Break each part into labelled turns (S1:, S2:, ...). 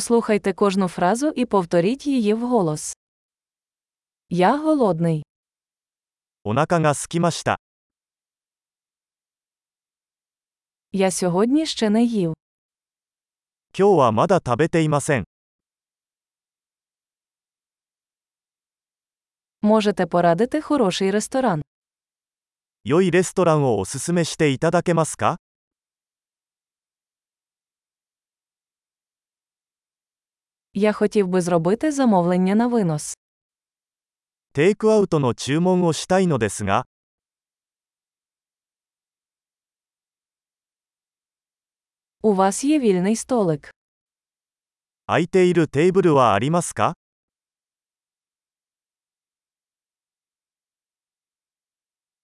S1: Послухайте кожну фразу і повторіть її вголос. Я голодний.
S2: お腹が空きました。
S1: Я сьогодні ще не їв.
S2: 今日はまだ食べていません。
S1: Можете порадити хороший ресторан.
S2: 良いレストランをおすすめしていただけますか
S1: Я хотів би зробити замовлення на винос.
S2: テイクアウトの注文をしたいのですが、
S1: У вас є вільний столик.
S2: 空いているテーブルはありますか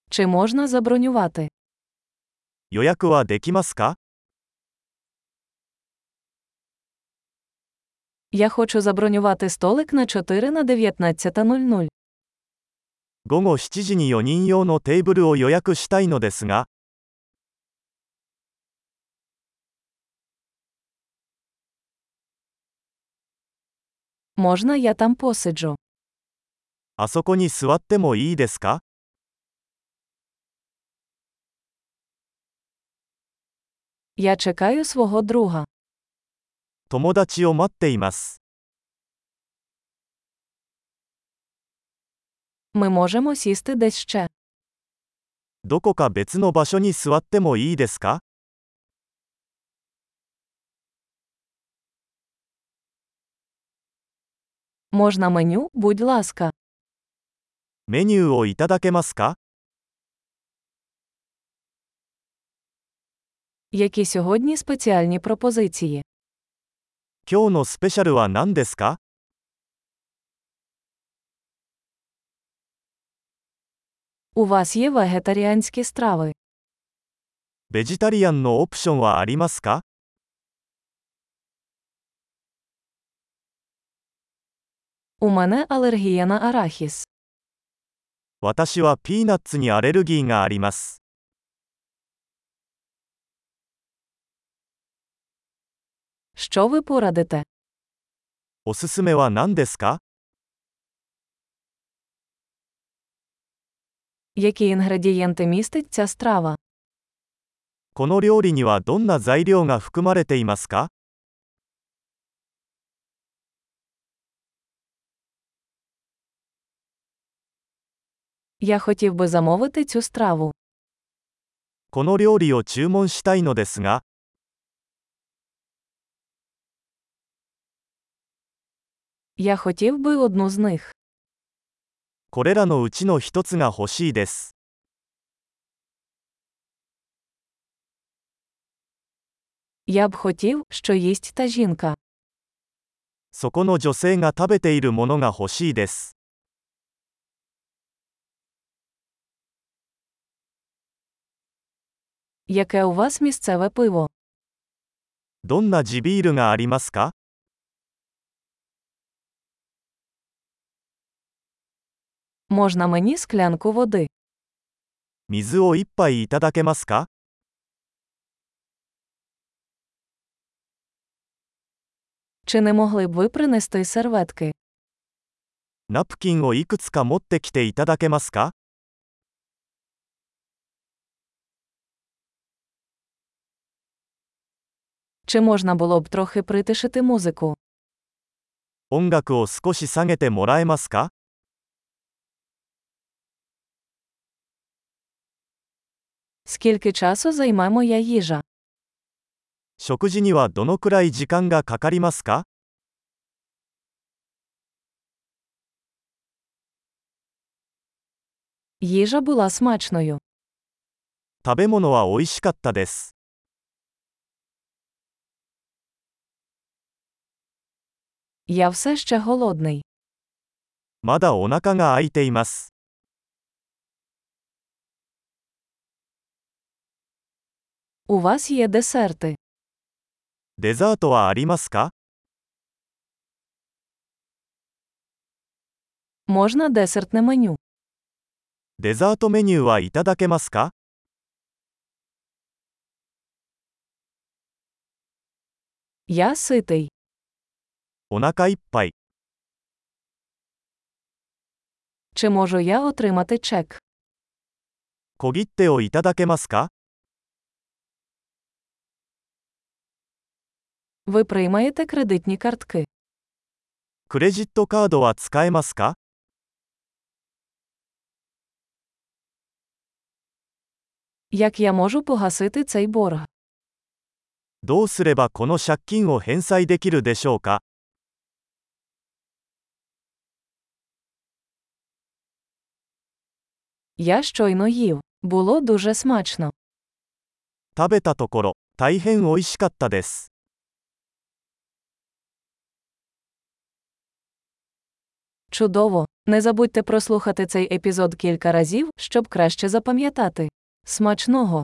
S1: Чи можна забронювати?
S2: 予約はできますか
S1: Я хочу забронювати столик на 4 на 19.00.
S2: 午後7時に4人用のテーブルを予約したいのですが、
S1: Можна я там посиджу?
S2: あそこに座ってもいいですか
S1: Я чекаю свого друга.
S2: 友達を待っています。
S1: Ми можемо сісти десь ще.
S2: どこか別の場所に座ってもいいですか
S1: Можна меню, будь ласка.
S2: メニューをいただけますか
S1: Які сьогодні спеціальні пропозиції?
S2: 今日のスペシャルは何ですか
S1: У вас є вегетаріанські страви.
S2: ベジタリアンのオプションはありますか
S1: У мене алергія на арахіс.
S2: 私はピーナッツにアレルギーがあります。
S1: Що ви порадите?
S2: おすすめは何ですか
S1: Які інгредієнти містить ця страва?
S2: この料理にはどんな材料が含まれていますか
S1: Я хотів би замовити цю страву.
S2: この料理を注文したいのですが、
S1: Я хотів би одну з них.
S2: これらのうちの一つが欲しいです。
S1: Я б хотів, що їсть та жінка.
S2: そこの女性が食べているものが欲しいです。
S1: Яке у вас місцеве пиво?
S2: どんな地ビールがありますか
S1: Можна мені склянку води?
S2: 水を一杯いただけますか
S1: Чи не могли б ви принести серветки?
S2: ナプキンをいくつか持ってきていただけますか
S1: Чи можна було б трохи притишити музику?
S2: 音楽を少し下げてもらえますか
S1: Скільки часу займе моя їжа?
S2: 食事にはどのくらい時間がかかりますか
S1: Їжа була смачною.
S2: 食べ物は美味しかったです。
S1: Я все ще голодний.
S2: まだお腹が空いています。
S1: У вас є десерти.
S2: デザートはありますか
S1: Можна десертне меню.
S2: デザートメニューはいただけますか
S1: Я ситий.
S2: お腹いっぱい。
S1: Чи можу я отримати чек?
S2: 小切手をいただけますか
S1: Ви приймаєте кредитні картки?
S2: クレジットカードは使えますか
S1: Як я можу погасити цей борг?
S2: どうすればこの借金を返済できるでしょうか
S1: Я щойно їв. Було дуже смачно.
S2: 食べたところ、大変美味しかったです。
S1: Чудово! Не забудьте прослухати цей епізод кілька разів, щоб краще запам'ятати. Смачного!